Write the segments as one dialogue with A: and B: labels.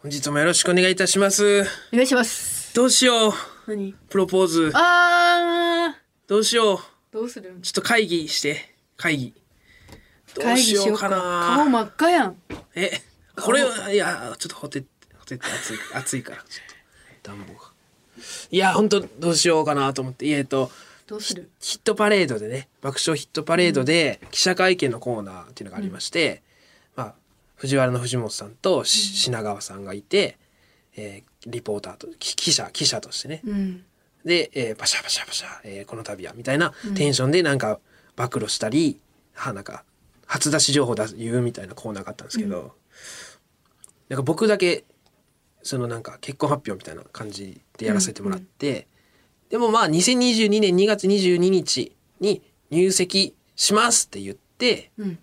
A: 本日もよろしくお願いいたします。
B: お願いします。
A: どうしよう。
B: 何
A: プロポーズ。
B: あ
A: どうしよう。
B: ー、どうする
A: ちょっと会議して。会議。どうしようか
B: 顔
A: な。
B: 真っ赤やん。
A: え、これは、いや、ちょっとほてって、ほてって暑い、暑いから。ちょっと暖房が。いや、本当どうしようかなと思って。いやえっと、
B: どうする
A: ヒットパレードでね、爆笑ヒットパレードで記者会見のコーナーっていうのがありまして、まあ、藤原の藤本さんとし品川さんがいて、えーリポーターと、き記者、記者としてね。
B: うん。
A: で、えーパシャパシャパシャ、えーこの度は、みたいなテンションでなんか暴露したり、はなんか、初出し情報出す、言うみたいなコーナーがあったんですけど、なんか僕だけ、そのなんか結婚発表みたいな感じでやらせてもらって、でもまあ2022年2月22日に入籍しますって言って、
B: うん。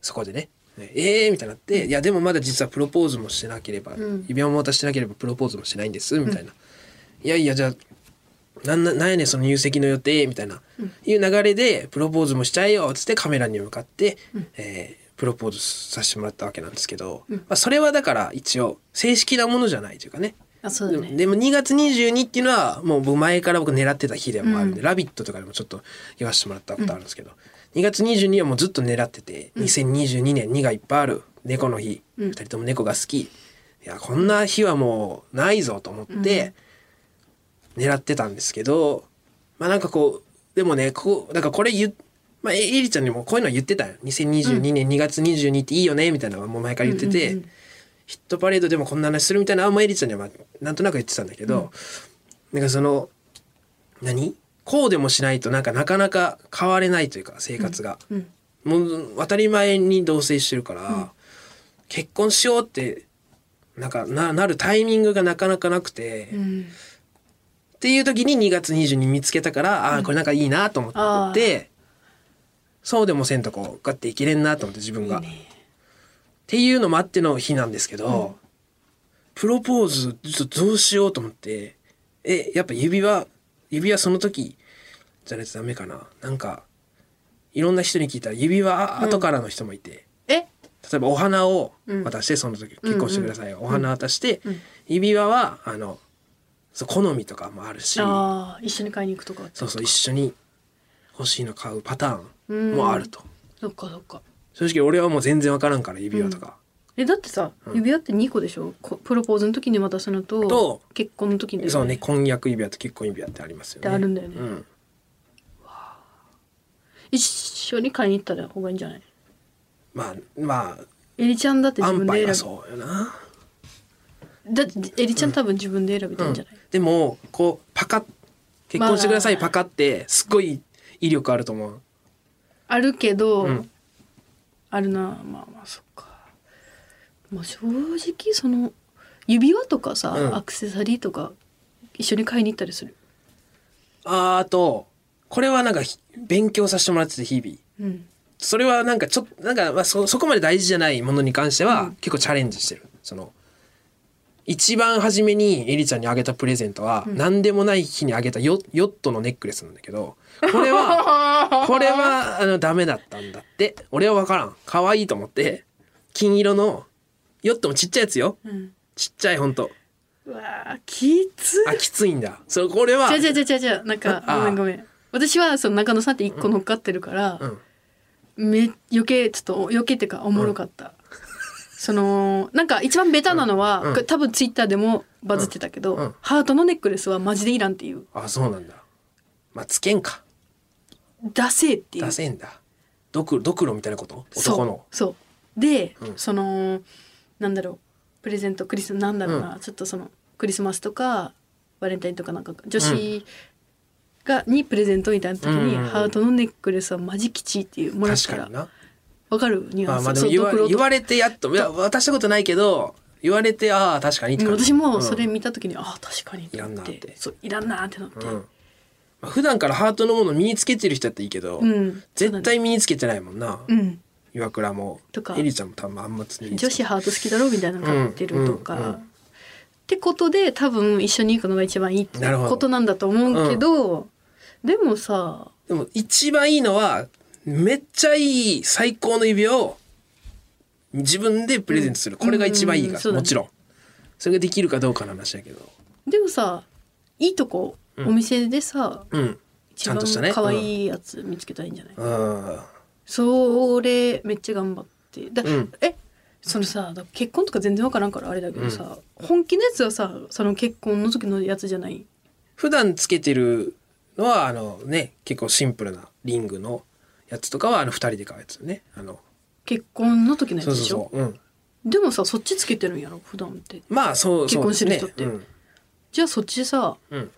A: そこでね、ねえーみたいになって、いやでもまだ実はプロポーズもしてなければ、
B: うん
A: 指輪も渡してなければプロポーズもしてないんです、みたいな。いやいや、じゃあ、なんな、なんやねんその入籍の予定、みたいな、いう流れで、プロポーズもしちゃえよ、つってカメラに向かって、えープロポーズさせてもらったわけなんですけど、まあ、それはだから一応、正式なものじゃないというかね。
B: あ、そうだ
A: でも
B: ね。
A: でも2月22っていうのはもう前から僕狙ってた日でもあるんで「
B: う
A: ラビット!」とかでもちょっと言わせてもらったことあるんですけど、2月22はもうずっと狙ってて2022年2がいっぱいある猫の日、二2人とも猫が好きいやこんな日はもうないぞと思って狙ってたんですけど、まあなんかこうでもねこうなんかこれ言っまあ、えエリちゃんにもこういうのは言ってたよ2022年2月22っていいよねみたいなのはもう前から言ってて、ヒットパレードでもこんな話するみたいなあんまエリちゃんにはまあなんとなく言ってたんだけど、なんかその何こうでもしないとなんかなかなか変われないというか生活が、
B: うん。
A: もう当たり前に同棲してるから、結婚しようってなんかななるタイミングがなかなかなくて、
B: う
A: っ
B: ん。
A: ていう時に2月22見つけたから、ああこれなんかいいなと思って、そうでもせんとこうガッていけれんなと思って自分が。
B: ね
A: っていうのもあっての日なんですけど、プロポーズちょっとどうしようと思ってえやっぱ指輪指輪その時じゃないとダメかななんかいろんな人に聞いたら指輪あ後からの人もいて、
B: え
A: 例えばお花を渡して、その時結婚してください、お花渡して、指輪はあのそう好みとかもあるし
B: ああ、一緒に買いに行くとか。
A: そうそう一緒に欲しいの買うパターンもあると、
B: そっかそっか。
A: 正直俺はもう全然わからんから指輪とか。
B: え、だってさ、指輪って2個でしょこプロポーズの時に渡すのと、
A: と
B: 結婚の時に、
A: そうね、婚約指輪と結婚指輪ってありますよ
B: って
A: ね。
B: あるんだよね
A: うん。
B: 一緒に買いに行ったら方がいいんじゃない
A: まあ、ま
B: エリちゃんだって
A: あ、
B: 自
A: 安
B: 分
A: 牌
B: で
A: は
B: 選
A: そうよな。
B: ぶ。だって、エリちゃん多分自分で選べてるんじゃない、
A: でも、こう、パカッ、結婚してください、
B: まあ
A: パカって、すっごい威力あると思う。
B: あるけど、
A: ん
B: あるなまあまあそっかまあ正直その指輪とかさ、
A: うん
B: アクセサリーとか一緒に買いに行ったりする
A: あーあと、これはなんかひ、勉強させてもらってて、日々。
B: うん
A: それはなんか、ちょっと、なんか、まあそ、そこまで大事じゃないものに関しては、結構チャレンジしてる。その、一番初めにエリちゃんにあげたプレゼントは、何でもない日にあげたヨヨットのネックレスなんだけど、これは、 これはあのダメだったんだって俺は分からん可愛いと思って金色のヨットもちっちゃいやつよ
B: うん
A: ちっちゃいほんと
B: うわあきつ
A: あきついんだそれこれは
B: じゃじゃじゃじゃじゃなんか
A: あ
B: ごめんごめん私はその中野さんって一個乗っかってるから、
A: うん
B: め余計ちょっと余計ってかおもろかった、そのなんか一番ベタなのは、
A: うん
B: これ多分ツイッターでもバズってたけど、
A: うんうん
B: ハートのネックレスはマジでいらんっていう
A: あそうなんだまあつけんか
B: ダセーっていう
A: 出せんだドクドクロみたいなこと
B: そう
A: 男の
B: そうで、
A: うん
B: そのなんだろうプレゼントクリスなんだろうな、ちょっとそのクリスマスとかバレンタインとかなんか女子が、にプレゼントみたいな時に、
A: うんうんうん
B: ハートのネックレスはマジ吉っていうもらっ
A: 確
B: た
A: からにな
B: わかるニュ
A: ま
B: ア
A: あ
B: ンス、
A: まあで
B: そ
A: も
B: う
A: 言わ
B: ドクロと
A: 言われてやっといや渡したことないけど言われてああ確かにって
B: うん
A: 感じ
B: 私もそれ
A: うん
B: 見た時に、ああ確かに
A: い
B: と思
A: らんなって
B: そういらんなってなって、
A: うんまあ普段からハートのもの身につけてる人だっていいけど、
B: うん
A: 絶対身につけてないもんな、
B: うん、
A: 岩倉も
B: とか
A: エリちゃんも多分あんまつけてない
B: 女子ハート好きだろみたいなの買ってるとか、
A: うんうんうん
B: ってことで多分一緒に行くのが一番いいって
A: なるほど
B: ことなんだと思うけどでもさ
A: でも一番いいのはめっちゃいい最高の指輪を自分でプレゼントする、これが一番いい
B: う
A: か
B: んうん
A: ら、
B: そうだね
A: もちろんそれができるかどうかの話だけど
B: でもさいいとこ、
A: うん
B: お店でさ
A: うんち
B: 一
A: ゃん
B: 番
A: としたね
B: 可愛いやつ見つけたらいいんじゃない、
A: うん
B: それめっちゃ頑張ってだ、
A: うん
B: えそのさだ結婚とか全然わからんからあれだけどさ、本気のやつはさその結婚の時のやつじゃない
A: 普段つけてるのはあのね結構シンプルなリングのやつとかはあの2人で買うやつねあの
B: 結婚の時のやつ
A: そ
B: で
A: う
B: しょ
A: そうそう、うん、
B: でもさそっちつけてるんやろ普段って
A: まあそう
B: 結
A: そう
B: 婚
A: です
B: してる
A: ね
B: 人って
A: うん
B: じゃあそっちさ
A: うん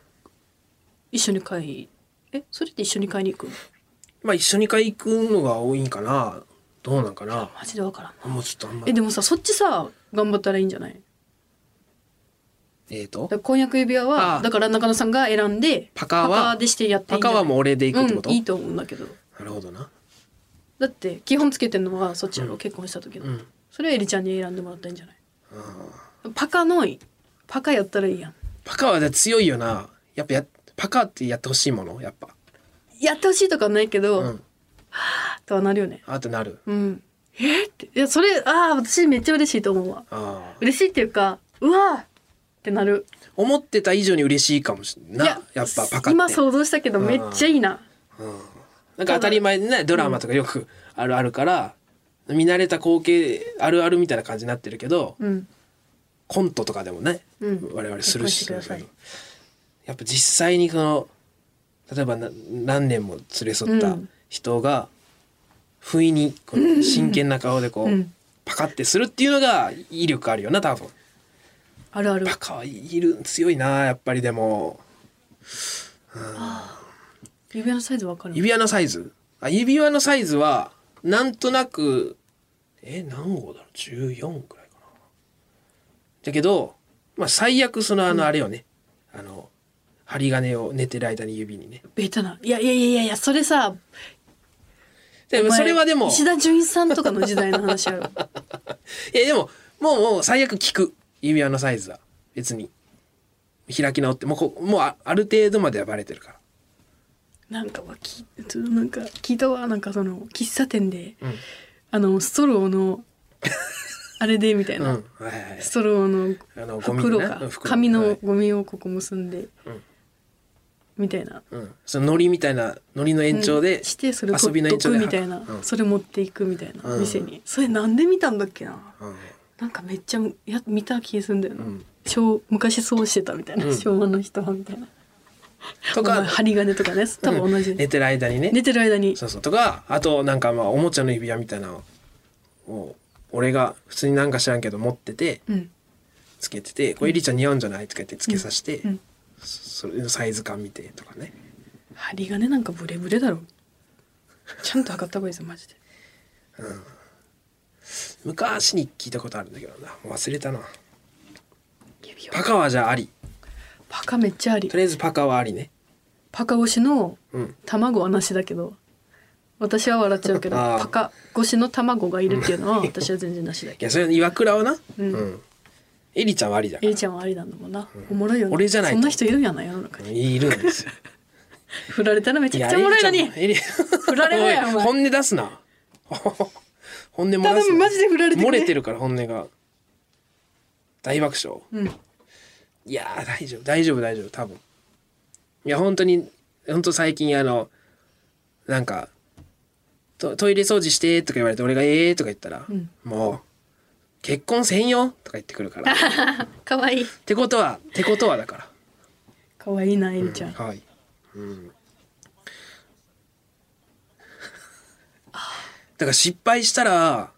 B: 一緒に買いえそれって一緒に買いに行く
A: まあ一緒に買い行くのが多いんかなどうなんかな
B: マジでわからん
A: もうちょっとあんま
B: えでもさそっちさ頑張ったらいいんじゃない
A: えー、と
B: だから婚約指輪
A: あ
B: は
A: あ
B: だから中野さんが選んで
A: パカは
B: パカでしてやって
A: パ
B: いいんじゃ
A: カ
B: ない
A: はもう俺で行くってこ
B: う
A: と、
B: ん、いいと思うんだけど
A: なるほどな
B: だって基本つけてるのはそっちやろ、
A: うん
B: 結婚した時の、
A: うん
B: それはエリちゃんに選んでもらったらいいんじゃない
A: あ
B: パカのパカやったらいいやん
A: ーパカはだ強いよなやっぱやパカってやってほしいものやっぱ
B: やってほしいとかはないけど、
A: うん
B: とはなるよね
A: あってなる
B: うんえーっていやそれああ私めっちゃ嬉しいと思うわ
A: あー
B: 嬉しいっていうかうわーってなる
A: 思ってた以上に嬉しいかもしれない
B: い
A: ややっぱパカって
B: 今想像したけど
A: うん
B: めっちゃいいな、
A: なんか当たり前にねドラマとかよくあるあるから、見慣れた光景あるあるみたいな感じになってるけど、
B: うん
A: コントとかでもね、
B: うん
A: 我々するし
B: 結婚してください
A: やっぱ実際にこの例えばな何年も連れ添った
B: うん
A: 人が、不意にこの真剣な顔でこう、
B: うん
A: パカってするっていうのが威力あるよな多分
B: あるある
A: パカはいる強いなやっぱりでも
B: 指輪のサイズわかる
A: 指輪のサイズあ指輪のサイズはなんとなくえ何号だろう14くらいかなだけど、まあ、最悪そのあのあれよね、あの針金を寝てる間に指にね
B: ベタないやいやいやいやいやそれさ
A: で
B: お前
A: それはでも
B: 石田純一さんとかの時代の話や ろ
A: えでももうもう最悪聞く指輪のサイズは別に開き直ってもうこもうあある程度まではバレてるから
B: なんかわきなんか聞いたわなんかその喫茶店で、
A: うん
B: あのストローのあれでみたい
A: うん
B: な、
A: はいはいはい
B: ストローの
A: あのゴミ
B: 袋
A: ね
B: か、
A: うん袋
B: 紙
A: は
B: の
A: い
B: ゴミをここ結んで、
A: ん
B: みたいな
A: うん、そのノリみたいなノリの延長で、
B: してそれ
A: 遊びの延長で
B: 取っとくみたいな、
A: うん
B: それ持っていくみたいな、
A: うん
B: 店にそれなんで見たんだっけな
A: うん
B: なんかめっちゃや見た気がするんだよな、
A: うん
B: 昭昔そうしてたみたいな、
A: うん
B: 昭和の人はみたいな
A: と
B: お
A: か
B: 前針金とかね多分同じ、
A: うん寝てる間にね
B: 寝てる間に
A: そうそうとかあとなんかまあおもちゃの指輪みたいなのを俺が普通になんか知らんけど持ってて
B: うん
A: つけてて「これエリちゃん似合うんじゃない?」とか言ってつけさせて、
B: うん
A: そそれのサイズ感見てとかね
B: 針金なんかブレブレだろちゃんと測った方がいいですよマジで
A: 昔に聞いたことあるんだけどなもう忘れたな
B: 指輪
A: パカはじゃああり
B: パカめっちゃあり
A: とりあえずパカはありね
B: パカ越しの
A: うん
B: 卵はなしだけど私は笑っちゃうけど
A: あー
B: パカ越しの卵がいるっていうのは私は全然なしだ
A: い
B: けど
A: やそれ岩倉はなうんエリちゃんはありだか
B: エ
A: ら
B: リちゃんはありなんだもんな、おもろいよね
A: 俺じゃないと
B: そんな人いるんやな世の中
A: うん
B: に
A: いるんですよ
B: 振られたら めちゃくちゃおもろい
A: や
B: のに
A: エリちゃんもエリ
B: 振られるやんお前
A: 本音出すな 本音漏
B: た
A: ら
B: だ
A: すな
B: マジで振られてく
A: 漏れてるから本音が大爆笑
B: うん
A: いやー大丈夫大丈夫大丈夫多分いや本当に本当最近あのなんかトトイレ掃除してとか言われて俺が「ええ」とか言ったら、
B: うん
A: もう「結婚せんよ」とか言ってくる からっ
B: かわいい
A: てことはってことはだか
B: かわいいなエリちゃ
A: ら
B: ん、
A: はい、うん、だから失敗したら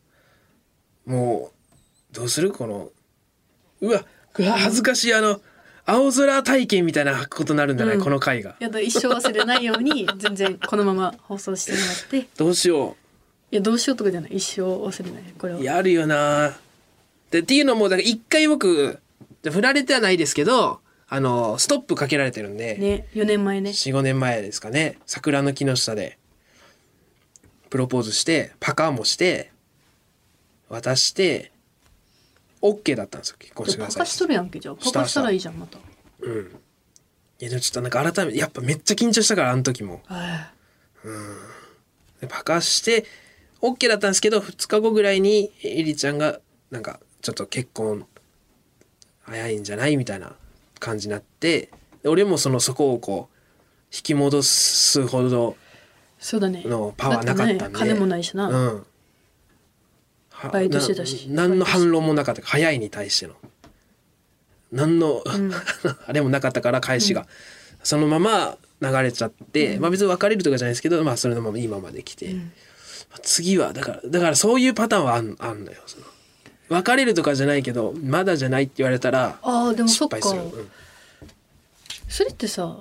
A: もうどうするこのうわうわ恥ずかしいあの青空体験みたいなことになるんじゃない、
B: うん
A: この回が
B: やだ一生忘れないように全然このまま放送してもらってい
A: どうしよ
B: やどうしようとかじゃない一生忘れないこれは
A: うやるよなでっていうのもだから一回僕で振られてはないですけどあのストップかけられてるんで、
B: ね4年前ね
A: 45年前ですかね桜の木の下でプロポーズしてパカーもして渡して OK だったんですよ結婚し
B: じ
A: て
B: ゃ
A: くだ
B: あパ
A: さ
B: カ
A: い
B: しとるやんけじゃあパカしたらいいじゃんまた
A: うんいやでもちょっとなんか改めてやっぱめっちゃ緊張したからあの時も
B: あ
A: でパカして OK だったんですけど2日後ぐらいにえりちゃんがなんかちょっと結婚早いんじゃないみたいな感じになってで俺もそのそこをこう引き戻すほど
B: そうだね
A: のパワーなかったんで
B: だて金もないしな、
A: うんは
B: バイトしてたし
A: な何の反論もなかった早いに対しての何の、
B: ん
A: あれもなかったから返しが、そのまま流れちゃって、まあ別に別れるとかじゃないですけどまあそれのまま今まで来て、まあ次はだからだからそういうパターンはあんあんのよその別れるとかじゃないけどまだじゃないって言われたら
B: ああでもそ
A: 失
B: っか
A: 敗するうん
B: それってさ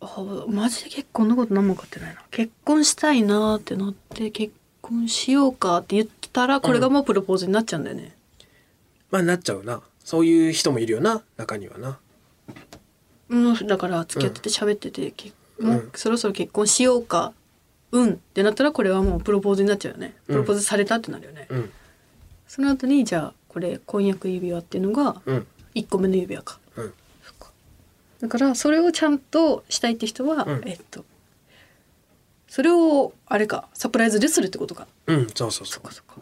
B: あーマジで結婚のこと何も分かってないな結婚したいなーってなって結婚しようかって言ったらこれがもうプロポーズになっちゃうんだよね、
A: まあなっちゃうなそういう人もいるよな中にはな
B: うん、だから付き合ってて喋ってて、結も
A: うん
B: うそろそろ結婚しようかうんってなったらこれはもうプロポーズになっちゃうよねプロポーズされたってなるよね、
A: うん
B: その後にじゃあこれ婚約指輪っていうのが
A: うん
B: 1個目の指輪か
A: うん
B: だからそれをちゃんとしたいって人は、
A: うん
B: えっとそれをあれかサプライズでするってことか
A: うんそうそうそう
B: そっか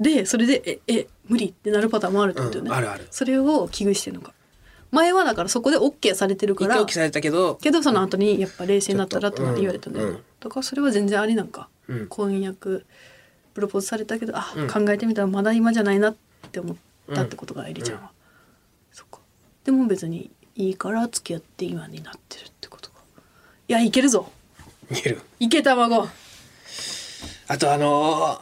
B: でそれで「ええ無理」ってなるパターンもあるってことよね、
A: うんあるある
B: それを危惧してるのか前はだからそこで OK されてるか
A: 一
B: ら
A: 回起きされたけど
B: けどその後にやっぱ冷静になったら
A: ちょってと
B: っなって言われたんだよ、
A: うんうん
B: だからそれは全然ありなんか、
A: うん
B: 婚約プロポーズされたけどあ、
A: うん
B: 考えてみたらまだ今じゃないなって思ったってことがエリちゃんは、そっかでも別にいいから付き合って今になってるってことかいやいけるぞ
A: 見える
B: いけ卵
A: あとあのー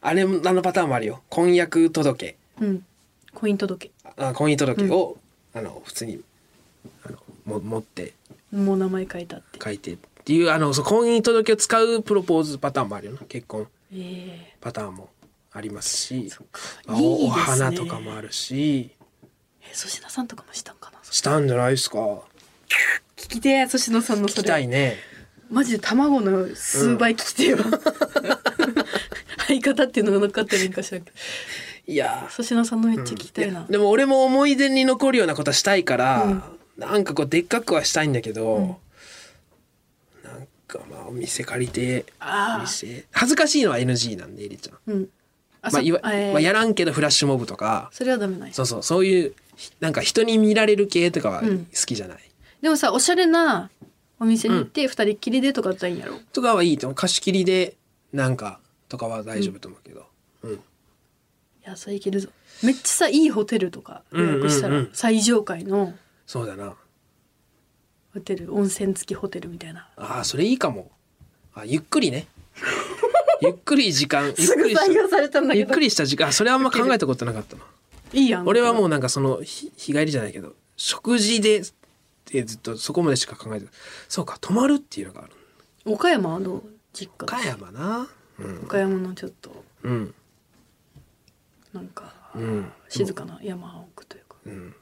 A: あれもあのパターンもあるよ婚約届
B: うん婚姻届
A: あ婚姻届を、あの普通にあのも持って
B: もう名前書いたって
A: 書いてっていうあのそう婚姻届を使うプロポーズパターンもあるよな結婚
B: え
A: パターンもありますし
B: え
A: まあ
B: いいです
A: お
B: ね
A: 花とかもあるし
B: え粗品さんとかもしたんかな
A: したんじゃないですか
B: 聞きてえ粗品さんの
A: 聞
B: そ
A: きた
B: れ
A: いね
B: マジで卵の数倍聞きてえわ、 相方っていうのが乗っかってるんかしらんけど
A: いやー
B: 粗品さんのめっちゃ聞きたいな、
A: いやでも俺も思い出に残るようなことはしたいから、なんかこうでっかくはしたいんだけど、なんかまあお店借りて
B: あー
A: お店恥ずかしいのは NG なんでエリちゃん。
B: うん
A: ま
B: あ
A: あ
B: そ
A: いわ
B: えー
A: まあやらんけどフラッシュモブとか
B: それはダメない
A: そうそうそういうひなんか人に見られる系とかは好
B: ん
A: きじゃない、
B: でもさおしゃれなお店に行って二人っきりでとかだったらいいんやろ、
A: とかはいいと思う貸し切りでなんかとかは大丈夫と思うけど、うん
B: いやそれいけるぞめっちゃさいいホテルとか予約した
A: うん
B: ら
A: うんうん
B: 最上階の
A: そうだな
B: ホテル温泉付きホテルみたいな
A: ああそれいいかもあゆっくり ねゆっくり時間ゆっ
B: すぐ
A: くりした
B: 採用されたんだ
A: ゆ
B: け
A: っく
B: ど
A: りした時間あそれあんま考えたことなかったない
B: いやん
A: 俺は
B: う
A: もうなんかその日日帰りじゃないけど食事でってずっとそこまでしか考えてないそうか泊まるっていうのがある
B: 岡山はどう実家
A: 岡山なうん
B: 岡山のちょっと
A: うん
B: なんか
A: うん
B: 静かな山奥というか
A: うん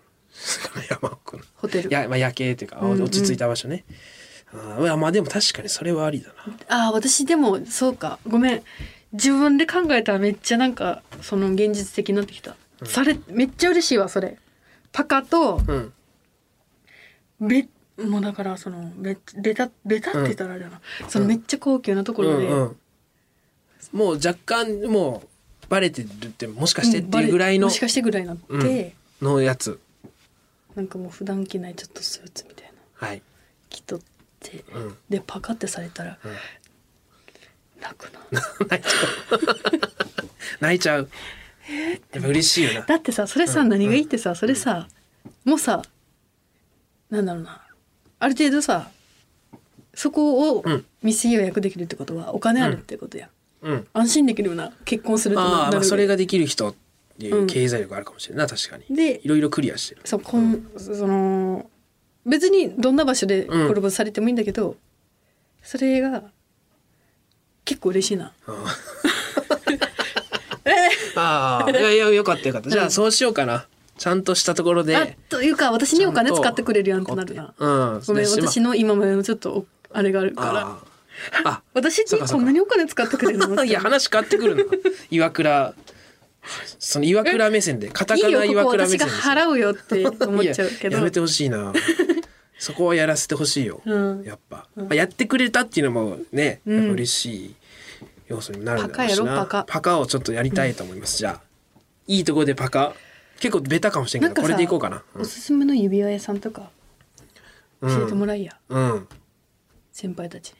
A: 山奥の
B: ホテル
A: や、まあ、夜景っていうか、あ
B: うんうん
A: 落ち着いた場所ねあーまあでも確かにそれはありだな
B: ああ私でもそうかごめん自分で考えたらめっちゃなんかその現実的になってきた、それめっちゃ嬉しいわそれパカと
A: うん
B: べもうだからそのべベタベタって言ったらあれだな、そのめっちゃ高級なとこ
A: う
B: ろで、
A: んうんもう若干もうバレてるってもしかしてっていうぐらい
B: も
A: の
B: しかしてぐらいになって、
A: うんのやつ
B: なんかもう普段着ないちょっとスーツみたいな
A: はい
B: 着とって、
A: うん
B: でパカってされたら、泣くな
A: 泣いちゃう泣いちゃうやっぱ嬉しいよな
B: だってさそれさ、何がいいってさそれさ、もうさなんだろうなある程度さそこを
A: うん
B: 店予約できるってことはお金あるってことや、
A: うん
B: ん、安心できるような結婚するって
A: あ
B: な
A: あ
B: な
A: まあ
B: る
A: それができる人っていう経済力あるかもしれないな確かに
B: で
A: いろいろクリアしてる
B: そうこん、その別にどんな場所でプ
A: うん
B: ロポーズされてもいいんだけど、それが結構嬉しいな
A: ああああいやいやよかったよかったじゃあそうしようかなちゃんとしたところ
B: あ
A: で
B: というか私にお金
A: ちゃんと
B: 使ってくれるやんってなるな
A: うん
B: ごめ
A: そうだ
B: ん
A: し
B: 私の今までのちょっとおあれがある
A: まあ
B: から
A: ああ
B: 私
A: そう
B: に
A: かそうか
B: こんなにお金使ってくれるの
A: あ いや話変わってく るな岩倉その岩倉目線でカタカナ
B: いいよ
A: 岩
B: ここ
A: 倉目
B: 私
A: 線で
B: が払うよって思っ
A: いや
B: ちゃうけど
A: やめてほしい なそこはやらせてほしいよ、
B: うん
A: やっぱ、まあやってくれたっていうのもね、やっぱ嬉しい要素になるんだろうしな
B: パカやろパカ
A: をちょっとやりたいと思います、じゃあいいとこでパカ結構ベタかもしれん
B: な
A: け
B: ん
A: どこ
B: かさ
A: れでいこうかな、
B: おすすめの指輪屋さんとか
A: うん
B: 教えてもらいや、
A: うん、うん、
B: 先輩たちに、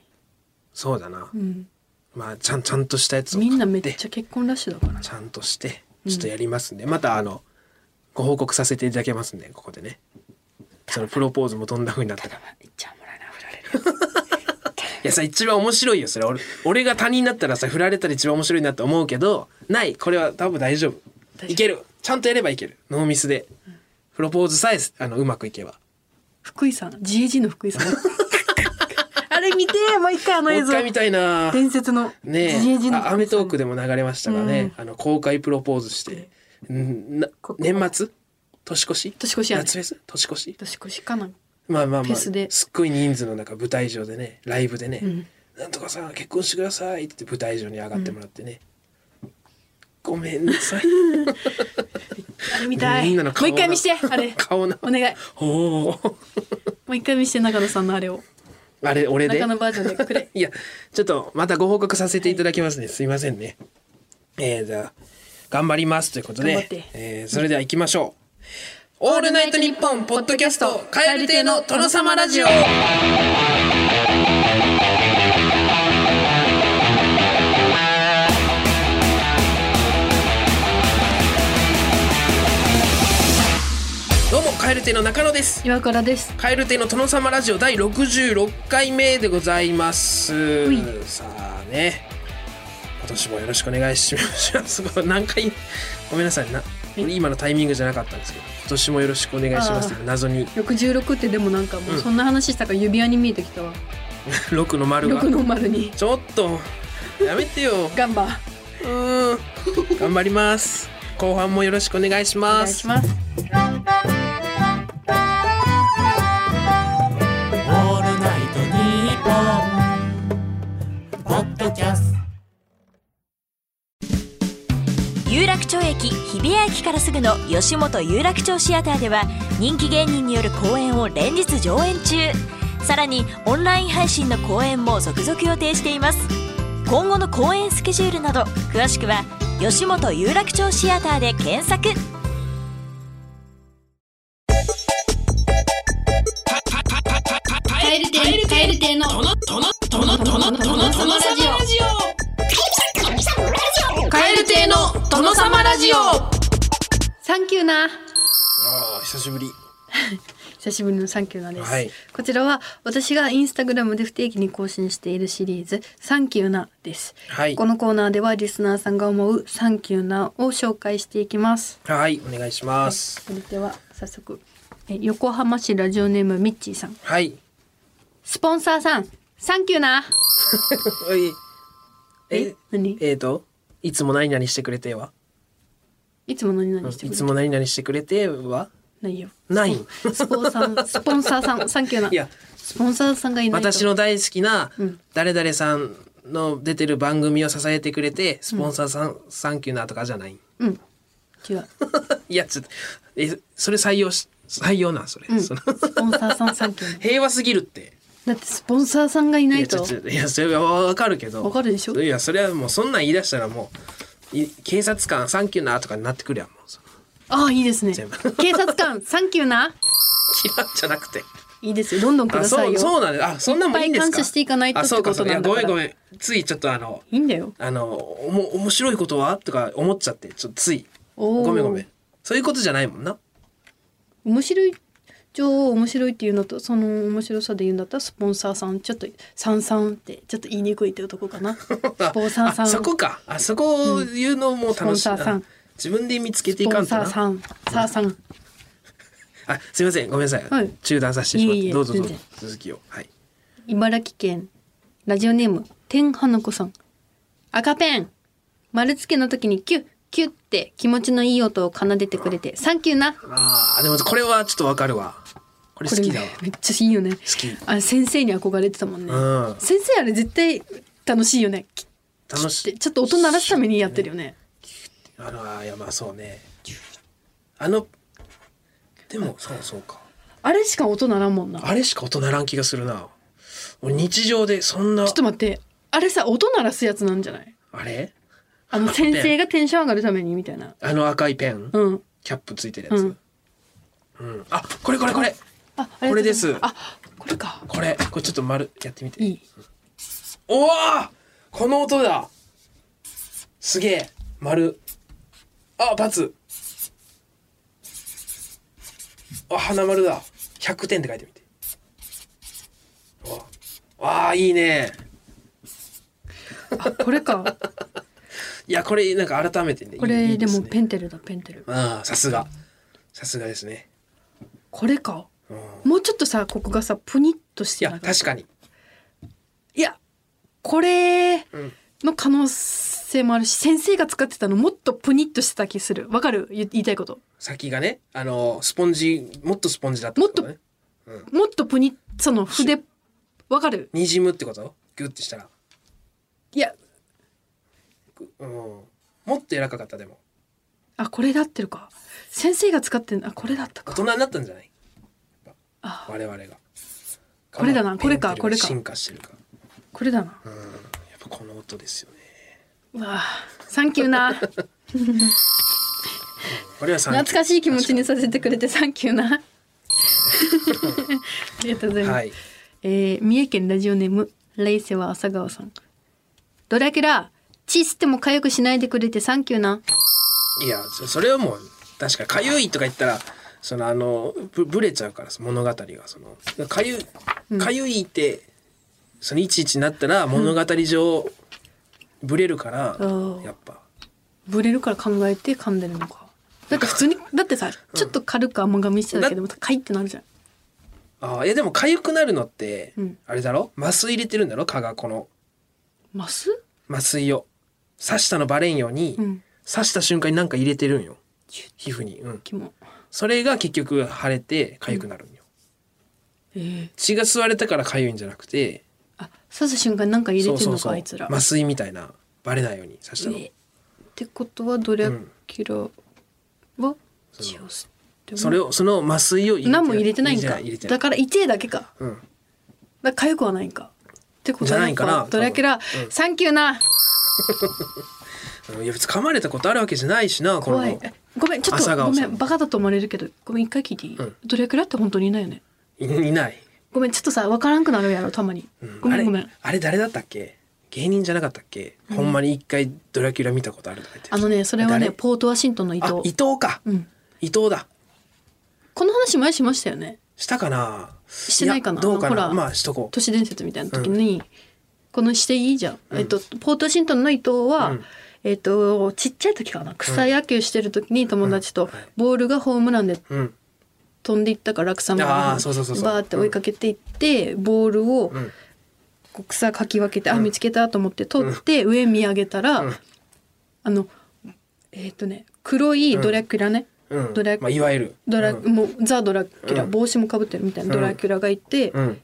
A: そうだな、
B: うん、
A: まあちゃんちゃんとしたやつを
B: みんなめっ
A: 買て
B: ちゃ結婚ラッシュだからな
A: ちゃんとしてちょっとやりますんで、またあのご報告させていただけますんでここでねそのプロポーズもどんな風になったか
B: いっちゃおもらいな振られる
A: いやさ一番面白いよそれ俺俺が他人だったらさ振られたら一番面白いなと思うけどないこれは多分大丈
B: 大丈
A: 夫
B: 夫
A: いけるちゃんとやればいけるノーミスで、プロポーズさえあのうまくいけば
B: 福井さん GAG の福井さ んあれ見てもう一回あ
A: も
B: の
A: う
B: 映
A: 一
B: 像
A: 回見たいな
B: 伝説の
A: ね
B: GAG
A: え
B: の
A: あアメトークでも流れましたがね、あの公開プロポーズして、うんな
B: ここ
A: 年末年越し
B: 年越しやね
A: 夏フェス年越し
B: 年越しかな
A: まあまあ
B: フ
A: ま
B: ェ
A: あ
B: スです
A: っごい人数の中舞台上でねライブでね、
B: ん
A: なんとかさん結婚してくださいって舞台上に上がってもらってね、ごめんなさい
B: あれ見たい
A: みんな
B: も
A: の
B: う
A: 顔
B: 一回見して あれ
A: 顔な
B: お願い
A: おお
B: もう一回見して中野さんのあれを
A: あれ俺で
B: 中野バージョンでくれ
A: いやちょっとまたご報告させていただきますね、すいませんねえー、じゃあ頑張りますということ
B: 頑張って
A: で、えーそれでは行きましょう、オールナイトニッポン」ポッドキャスト「カエル亭の殿様ラジオ」どうもカエル亭の中野です
B: 岩倉です
A: カエル亭の殿様ラジオ第66回目でございます
B: い。
A: さあね、今年もよろしくお願いします。 ごい何回、ごめんなさいな、俺今のタイミングじゃなかったんですけど、今年もよろしくお願いしますって謎に
B: 66ってでもなんかもうそんな話したから指輪に見えてきたわ
A: 6の丸が
B: 6。の丸に
A: ちょっと、やめてよ。
B: ガンバ
A: うーん、頑張ります。後半もよろしくお願いし
B: お
A: ま
B: 願いし
A: す。
B: ます
C: オールナイトニッポン」ポッドキャスト
D: 有楽町駅日比谷駅からすぐの吉本有楽町シアターでは人気芸人による公演を連日上演中さらにオンライン配信の公演も続々予定しています今後の公演スケジュールなど詳しくは吉本有楽町シアターで検索
E: カエル亭カエル亭の殿殿殿殿様ラジオカエル亭の殿様ラジオ
B: サンキューな
A: ああ、久しぶり。
B: 久しぶりのサンキューなです、
A: はい
B: こちらは私がインスタグラムで不定期に更新しているシリーズサンキューなです、
A: はい
B: このコーナーではリスナーさんが思うサンキューなを紹介していきます
A: はい、お願いします。
B: それでは早速え横浜市ラジオネームミッチーさん
A: はい。
B: スポンサーさんサンキューな
A: おいえ
B: え何
A: えー、と、いつも何々してくれては、
B: いつも何々して
A: い
B: くれ
A: つ
B: る
A: も何々してくれては、
B: ないよ
A: ない。
B: スポンサースポンサーさんサンキューない
A: や
B: スポンサーさんがいないと
A: 私の大好きな誰々さんの出てる番組を支えてくれて、スポンサーさん、サンキューなとかじゃない。
B: うん違う
A: いや、ちょっと、え、それ採用し、採用なん、それ。その
B: スポンサーさんサンキューな
A: 平和すぎるって。
B: だってスポンサーさんがいないい
A: や、ち
B: と
A: ょちょいや、それはわかるけど。
B: わかるでしょ
A: いや、それはもう、そんなん言い出したらもう、い警察官、サンキューなとかになってくるやん、もう。その
B: ああいいですね
A: 全部
B: 警察官サンキューな
A: 嫌いじゃなくて。
B: いいですよどんどんく
A: あ、
B: ださ
A: そ、
B: いう
A: そ
B: よ
A: うなんだ。あ、そんなんもいいんですか
B: いっぱい感謝していかないと
A: あそう
B: ってことなんだ
A: そういや
B: から
A: ごめんごめん。ついちょっとあの、
B: いいんだよ
A: あの、おも、面白いことはとか思っちゃって、ちょっとつい。
B: おー
A: ごめんごめん。そういうことじゃないもんな。
B: 面白い女王面白いっていうのとその面白さで言うんだったらスポンサーさんちょっとさんさんってちょっと言いにくいっていうとこ かなスポンサーさん
A: あ
B: ス
A: そこか。あそこを言うのも楽しい
B: スポンサーさん
A: な。自分で見つけてい
B: ポ
A: か
B: ン
A: んと
B: サー
A: な。
B: さんサーさん
A: あ、すいません。ごめんなさい。
B: はい
A: 中断させてしまって。
B: いえいえ
A: どうぞどう
B: 全
A: ぞ
B: 然。
A: 続きを。はい。
B: 茨城県ラジオネーム天花子さん赤ペン丸つけの時にキュッキュッって気持ちのいい音を奏でてくれてサンキューな
A: ああ、でもこれはちょっとわかるわ。これ好
B: これ
A: きだわ
B: ね。めっちゃいいよね好
A: き
B: あれ先生に憧れてたもんね、
A: うん
B: 先生あれ絶対楽しいよねき
A: 楽し
B: で
A: い。
B: ちょっと音鳴らすためにやってるよね
A: あの、あいや、まあそうね。あの、でも、そうそうか。
B: あれしか音鳴らんもんなちょ
A: あれしか音ならん気がするな。俺日常でそんな、
B: っと待ってあれさ音鳴らすやつなんじゃない
A: あれ
B: あの先生がテンション上がるためにみたいな
A: あの赤いペン
B: うん
A: キャップついてるやつ、
B: う
A: うんんあこれこれこれ
B: あ、ありがとうございます
A: これです
B: あ、これか。
A: これこれちょっと丸やってみて
B: いい。
A: おおこの音だすげえ丸あバツあ花丸だ100点って書いてみておわあいいね
B: あ、これか。
A: いやこれなんか改めてね
B: こ
A: いい
B: れ
A: い
B: ですも
A: ね
B: ペンテルだペンテル。
A: ああさすがさすがですね
B: これか。
A: うんい
B: もうちょっとさ、ここがさ、ぷにっとしてな
A: や
B: かった
A: 確かに
B: いや、これ
A: うん
B: の可能性もあるし、先生が使ってたのもっとぷにっとしてた気する。わかる言言いたいこと。
A: 先がねあのスポンジもっとスポンジだったことね
B: もっとぷに、その筆、わかる
A: にじむってことギュッてしたら
B: いや、
A: うんもっと柔らかかったでも
B: あ、これだってるか。先生が使ってんあ、これだった
A: 大
B: か。
A: 人になったんじゃない
B: あ、
A: 我々が
B: これだなこれ
A: ペ
B: か
A: ンテルが
B: これか
A: 進化してるから
B: これだな。
A: うんやっぱこの音ですよね
B: うわあ、サンキューな。
A: これは
B: 懐かしい気持ちに
A: さ
B: させてくれてサンキューな。あ りがとうございます。
A: はい
B: えー三重県ラジオネームレイセは朝川さん。ドラキュラ、チースっても痒くしないでくれてサンキューな。
A: いやそそれはもう確かかゆいとか言ったらそのあのぶぶれちゃうから物語がそのかゆかゆいって、そのいちいちなったら物語上ぶれるから、
B: うん
A: やっぱ
B: ブレるから考えて噛んでるのか。だって普 通に、だってさ、ちょっと軽く甘噛みしてただけでも、かいってなるじゃん。
A: ああいやでもかゆくなるのって、
B: うん
A: あれだろ麻酔入れてるんだろ蚊がこの
B: マス
A: 麻酔を刺したのバレんように、
B: うん。
A: 刺した瞬間に何か入れてるんよ皮膚に、うん、
B: キモ。
A: それが結局腫れて痒くなるんよ、
B: えー
A: 血が吸われたから痒いんじゃなくて
B: あ、刺す瞬間なんか入れてんのか、あいつら。
A: 麻酔みたいなバレないように刺したの、
B: えってことはドラキュラは血を吸っても
A: それをその麻酔を入れ
B: 何も入れてないん
A: じゃ
B: か
A: 入れてな
B: だ
A: い
B: から痛えだけか
A: うん、
B: だから痒くはないんかってこと
A: じゃ
B: は
A: な
B: や
A: い
B: っ
A: かな
B: ぱドラキュラ、
A: 多分うん
B: サンキューな
A: うんいや別に噛まれたことあるわけじゃないしなこの
B: 怖いえごめんちょっと
A: 朝
B: ご
A: 顔
B: め
A: さん
B: んバカだと思われるけどごめん一回聞いていい、
A: うん
B: ドラキュラって本当にいないよね
A: いいない、
B: ごめんちょっとさ分からんくなるやろたまに、
A: うん
B: ご
A: あ
B: め
A: れ
B: んごめん
A: あれ誰だったっけ芸人じゃなかったっけ、ほんまに一回ドラキュラ見たことあるとか言って
B: あのねそれはね
A: 誰
B: ポートワシントンの伊藤
A: あ伊藤か、
B: うん、
A: 伊藤だ
B: この話前しましたよね
A: したかな
B: してないかな
A: やどうか
B: あのほ
A: な
B: ら
A: まあしとこう
B: 都市伝説みたいな時に、このしていいじゃん、えっと、ポートワシントンの伊藤は、
A: うん
B: えっと、ちっちゃい時かな草野球してる時に友達と
A: はい
B: ボールがホームランで
A: うん
B: 飛んでいったから草むらに
A: あーそうそうそうそう
B: バーって追いかけていってボールを
A: うん
B: こう草かき分けて、あ見つけたと思って取って上見上げたら、
A: うん
B: あのえっ、とね黒いドラキュラね、
A: うん
B: ドラ
A: まあいわゆる
B: ドラ、
A: うん
B: もうザ・ドラキュラ、
A: うん
B: 帽子もかぶってるみたいな
A: う
B: ド
A: ん
B: ラキュラがいて、
A: うん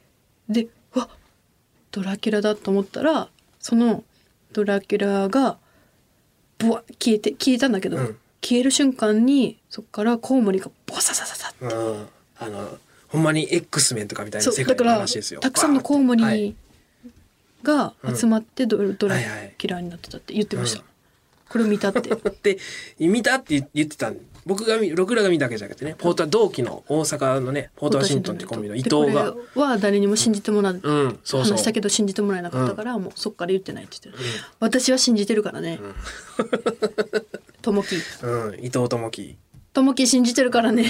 B: でうわドラキュラだと思ったらそのドラキュラがボワッ消えて消えたんだけど、
A: うん
B: 消える瞬間にそこからコウモリがボササササ
A: うんあのほんまに X メンとかみたいな
B: そう
A: 世界
B: だか
A: の
B: ら
A: 話ですよ
B: たくさんのコウ
A: バ
B: モ
A: ーってはい
B: リが集まってド,、ドラ
A: はいはい
B: キュラになってたって言ってました、
A: うん
B: これ見たって
A: で見たって言ってたん僕が見僕らが見たわけじゃなくてねポートは同期の大阪のねポートワシントンってコンビの伊藤が
B: でこれは誰にも信じてもらう
A: うんそうそう
B: 話したけど信じてもらえなかったから、もうそっから言ってないって言ってる、私は信じてるからねともき
A: うん伊藤智樹
B: ともき信じてる からね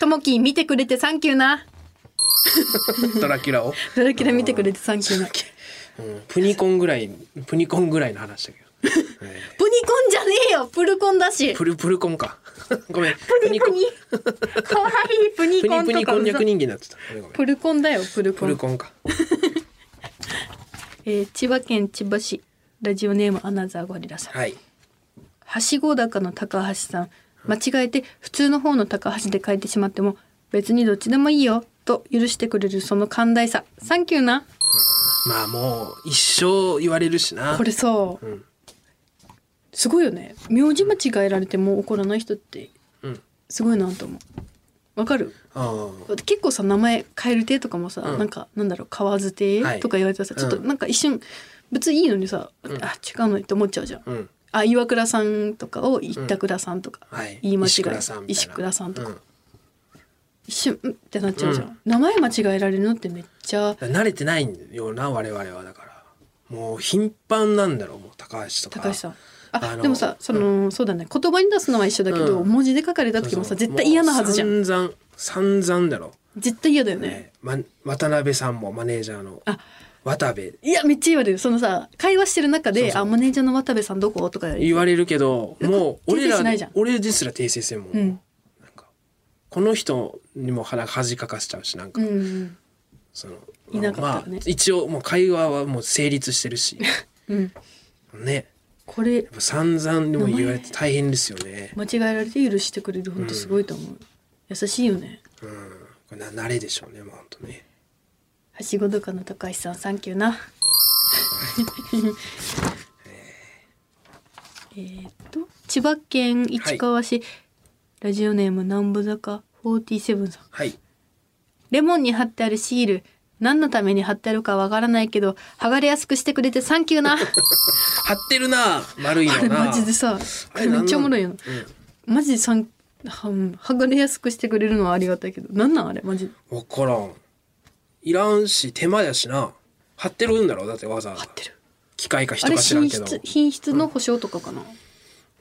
B: ともき見てくれてサンキューな
A: ドラキュラを、
B: ドラキュラ見てくれてサンキューな
A: うん、プニコンぐらいプニコンぐらいの話だけど、え
B: プニコンじゃねえよプルコンだし
A: ープルプルコンか ごめん
B: プニプニかわいいプニ
A: プ
B: コ
A: ニ
B: ン
A: プ
B: と
A: ニ
B: か
A: こんにゃく
B: うざ
A: 人間になってたごめんごめん
B: プルコンだよプルコ
A: プ
B: ン
A: ルコンか
B: えー千葉県千葉市ラジオネームアナザーゴリラさん
A: はい
B: はしご高の高橋さん間違えて普通の方の高橋で書いてしまっても別にどっちでもいいよと許してくれるその寛大さサンキューな
A: まあもう一生言われるしな
B: これさ、
A: ん
B: すごいよね名字間違えられても怒らない人って
A: うん
B: すごいなと思うわかる
A: ああ
B: 結構さ名前変える亭とかもさ、
A: うん
B: なんかなんだろう河津亭
A: はい
B: とか言われてさ、ちょっと
A: うん
B: なんか一瞬別にいいのにさ、あ違うのにって思っちゃうじゃん、
A: うん
B: ああ岩倉さんとかを一択倉さんとか、
A: はい、
B: 言い間違い
A: 石倉さんみたいな
B: 石倉さんとか
A: うんだ
B: 一瞬うんってなっちゃうじゃん、
A: う
B: 名前間違えられるのってめっちゃ
A: から慣れてないような我々はだからもう頻繁なんだろうもう高橋とか
B: 高橋さんあ
A: あの
B: でもさその、そうだね言葉に出すのは一緒だけど、
A: うん
B: 文字で書かれた時もさ絶対嫌なはずじゃん
A: ん散々散々だろ
B: 絶対嫌だよ
A: う、
B: ね
A: ねま、渡辺さんもマネージャーの
B: あ
A: 渡部
B: いやめっちゃ言われるそのさ会話してる中で
A: そうそう
B: あマネージャーの渡部さんどこ?」とか
A: 言われるけどもう
B: 訂
A: 俺
B: 正
A: ら
B: しないじゃん
A: 俺ですら訂正せんもん、
B: うん
A: なんかこの人にも腹恥かかしちゃうしなんか、
B: うん
A: その
B: いなかったら
A: ま
B: ね
A: あ、一応もう会話はもう成立してるし
B: うん
A: ね
B: これ
A: やっぱ散々でも言われて大変ですよね、
B: 間違えられて許してくれる本当すごいと思う、優しいよね
A: うん、これな慣れでしょうねもうほんとね
B: はしごとかの高橋さんサンキュ ーなえーっと千葉県市川市、ラジオネーム南部坂47さん
A: はい
B: レモンに貼ってあるシール何のために貼ってあるかわからないけど剥がれやすくしてくれてサンキューな
A: 張ってるな丸いの
B: あれ
A: な
B: マジでさ
A: あ
B: これ
A: れなんな
B: め
A: ん
B: っちゃおもろいよなマジでさんはうん剥がれやすくしてくれるのはありがたいけどなんなんあれマジで
A: 分からんいらんし手間やしな貼ってるんだろうだってわざわざ
B: 貼ってる
A: 機械か
B: あ
A: 人
B: れ
A: か知らん
B: 品
A: けど
B: 質品質の保証とかかな、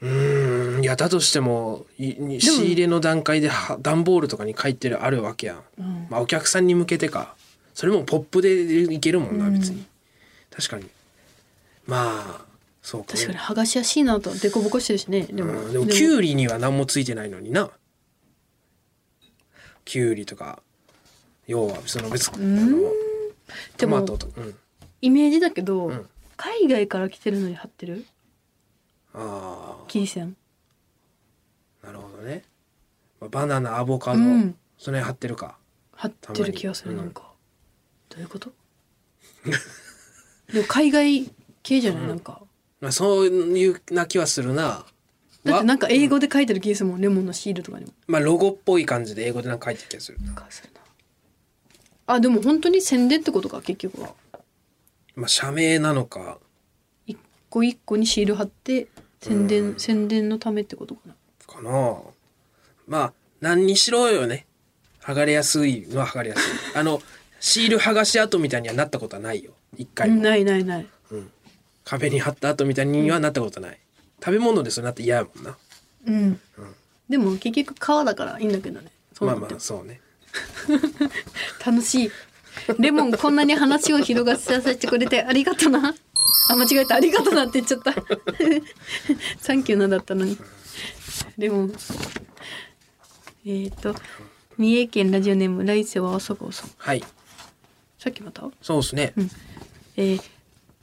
A: うーんいやだとしてもいに仕入れの段階では段ボールとかに書いてるあるわけやん、
B: うん
A: まあ、お客さんに向けてかそれもポップでいけるもんな別に、確かにまあそうか、ね、
B: 確かに剥がしやすいなと凸凹してるしねでも,、
A: うんでもきゅうりには何もついてないのになきゅうりとか要はその別にあの
B: で
A: ト
B: も
A: マトとか、うん、
B: イメージだけど、
A: ん
B: 海外から来てるのに貼ってる
A: あ
B: キーセン
A: あなるほどねまあバナナアボカド、
B: うん
A: その辺貼ってるか
B: 貼ってる気がする
A: たま
B: な
A: に
B: んか、どういうことでも海外系じゃない、なんか
A: まあそういうな気はするな
B: だっ
A: わ
B: てなんか英語で書いてるケースもんレモンのシールとかにも
A: まあロゴっぽい感じで英語でなんか書いてる気がするな
B: かするなあでも本当に宣伝ってことか結局は
A: まあ社名なのか
B: 一個一個にシール貼って宣伝、宣伝のためってことかな
A: かなまあ何にしろよね剥がれやすいのは剥がれやすいあのシール剥がし跡みたいにはなったことはないよ一回も
B: ないないない
A: 壁に貼った跡みたいにはなったことない、食べ物でそれなって嫌やもんな
B: うん、でも結局皮だからいいんだけどねそう
A: ま
B: な
A: あ
B: って
A: ま
B: も
A: あそうね
B: 楽しいレモンこんなに話を広がさせてくれてありがとなあ間違えたありがとなって言っちゃった サンキューなだったのにレモンえっ、と三重県ラジオネーム来世は朝顔さん
A: はい
B: さっきまた
A: そうですね、
B: えー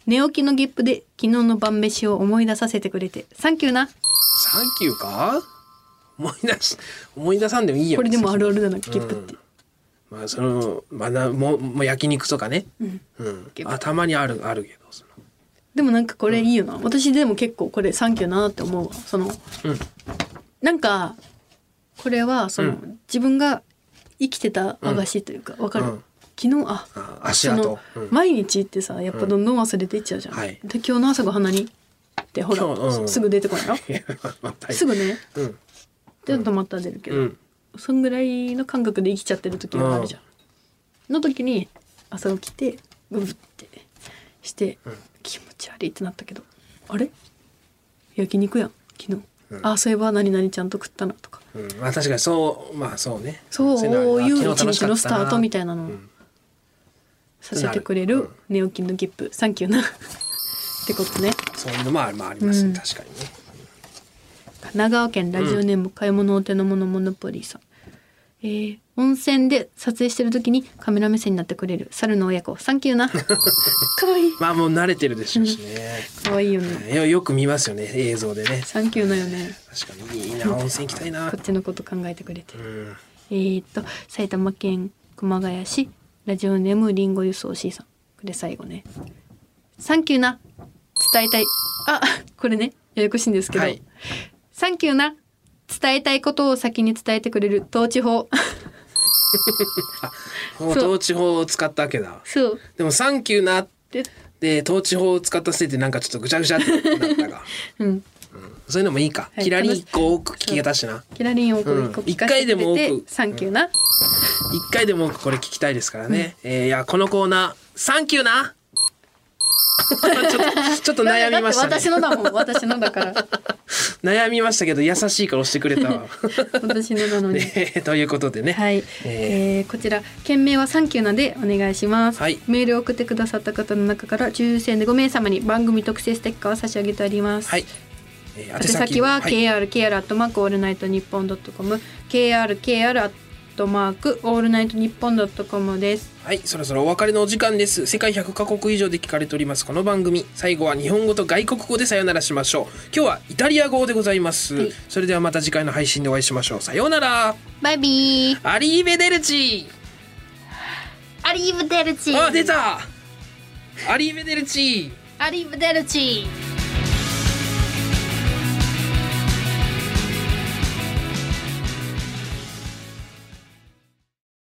B: 寝起きのゲップで昨日の晩飯を思い出させてくれてサンキューな
A: サンキューか 思い出し思い出さんでもいいよ
B: これでもあるあるだなゲップって、
A: まあそのまあなももう焼肉とかねうん、
B: 結構
A: あたまにあるあるけどその
B: でもなんかこれいいよな、私でも結構これサンキューなって思うわその、
A: うん
B: なんかこれはその、
A: う
B: 自分が生きてた和菓子というかわかる、
A: うん
B: 昨日あ
A: あ足跡
B: その
A: うん
B: 毎日ってさやっぱどんどん忘れていっちゃうじゃん、
A: はい
B: で今日の朝ごはん何ってほら、
A: 今日うん
B: すぐ出てこない よ
A: また
B: すぐね
A: うん
B: でまた出るけど、
A: うん
B: そんぐらいの感覚で生きちゃってる時があるじゃん。の時に朝起きてグブってして、気持ち悪いってなったけどあれ焼肉やん昨日、あそういえば何々ちゃんと食ったなとか
A: うん、まあ確かにそうまあそうね
B: そう
A: い
B: い
A: の
B: う
A: は
B: 一日のスタートみたいなのを
A: ん
B: させてくれる寝起きのゲップサンキューな ってことね。
A: あ昨日楽しかったなそういうのもあ,、まあ、あります、
B: うん
A: 確かにね
B: 神奈川県ラジオネーム、買い物お手の物モノポリーさん、えー温泉で撮影してる時にカメラ目線になってくれる猿の親子サンキュー なかわいい
A: まあもう慣れてるでしょうしね、
B: かわいいよね
A: いやよく見ますよね映像でね
B: サンキューなよね
A: 確かにいいな温泉行きたいな
B: こっちのこと考えてくれて、
A: うん
B: えーっと埼玉県熊谷市ラジオネームリンゴ輸送 C さんこれ最後ねサンキューな伝えたいあこれねややこしいんですけど、
A: はい
B: サンキューな伝えたいことを先に伝えてくれる統治法
A: もう統治法を使ったわけだ
B: そう
A: でも「サンキューな」っ
B: で
A: て 統治法を使ったせいでなんかちょっとぐちゃぐちゃってなったが
B: うん、
A: そういうのもいいか。
B: はい
A: キラリン一個多く聞きたしな。
B: キラリンをこれ一個
A: うん
B: 聞かせて
A: 一回
B: くれて、
A: でも多く
B: サンキューな。
A: 一回でも多くこれ聞きたいですからね。えーいや、このコーナー、サンキューな ちょっと、ちょっと悩みました
B: だって私
A: ね。
B: のだもん、私のだ から。
A: 悩みましたけど、優しいから押してくれた わ。
B: 私のなのに。
A: ねということでね。
B: はい、
A: え
B: えーこちら件名はサンキューなんでお願いします、
A: はい
B: メールを送ってくださった方の中から抽選で5名様に番組特製ステッカーを差し上げております、
A: はい。えー
B: 宛先は
A: はい
B: KRKR アットマークオールナイトニッポンドットコム KRKR アットマークオールナイトニッポンドットコムです
A: はい、そろそろお別れのお時間です。世界100カ国以上で聞かれておりますこの番組、最後は日本語と外国語でさよならしましょう。今日はイタリア語でございます。
B: はい
A: それではまた次回の配信でお会いしましょう。さようなら。
B: バイビー
A: アリーベデルチ。
B: アリーブデルチ
A: あ、出た。アリーベデルチ。
B: アリーブデルチ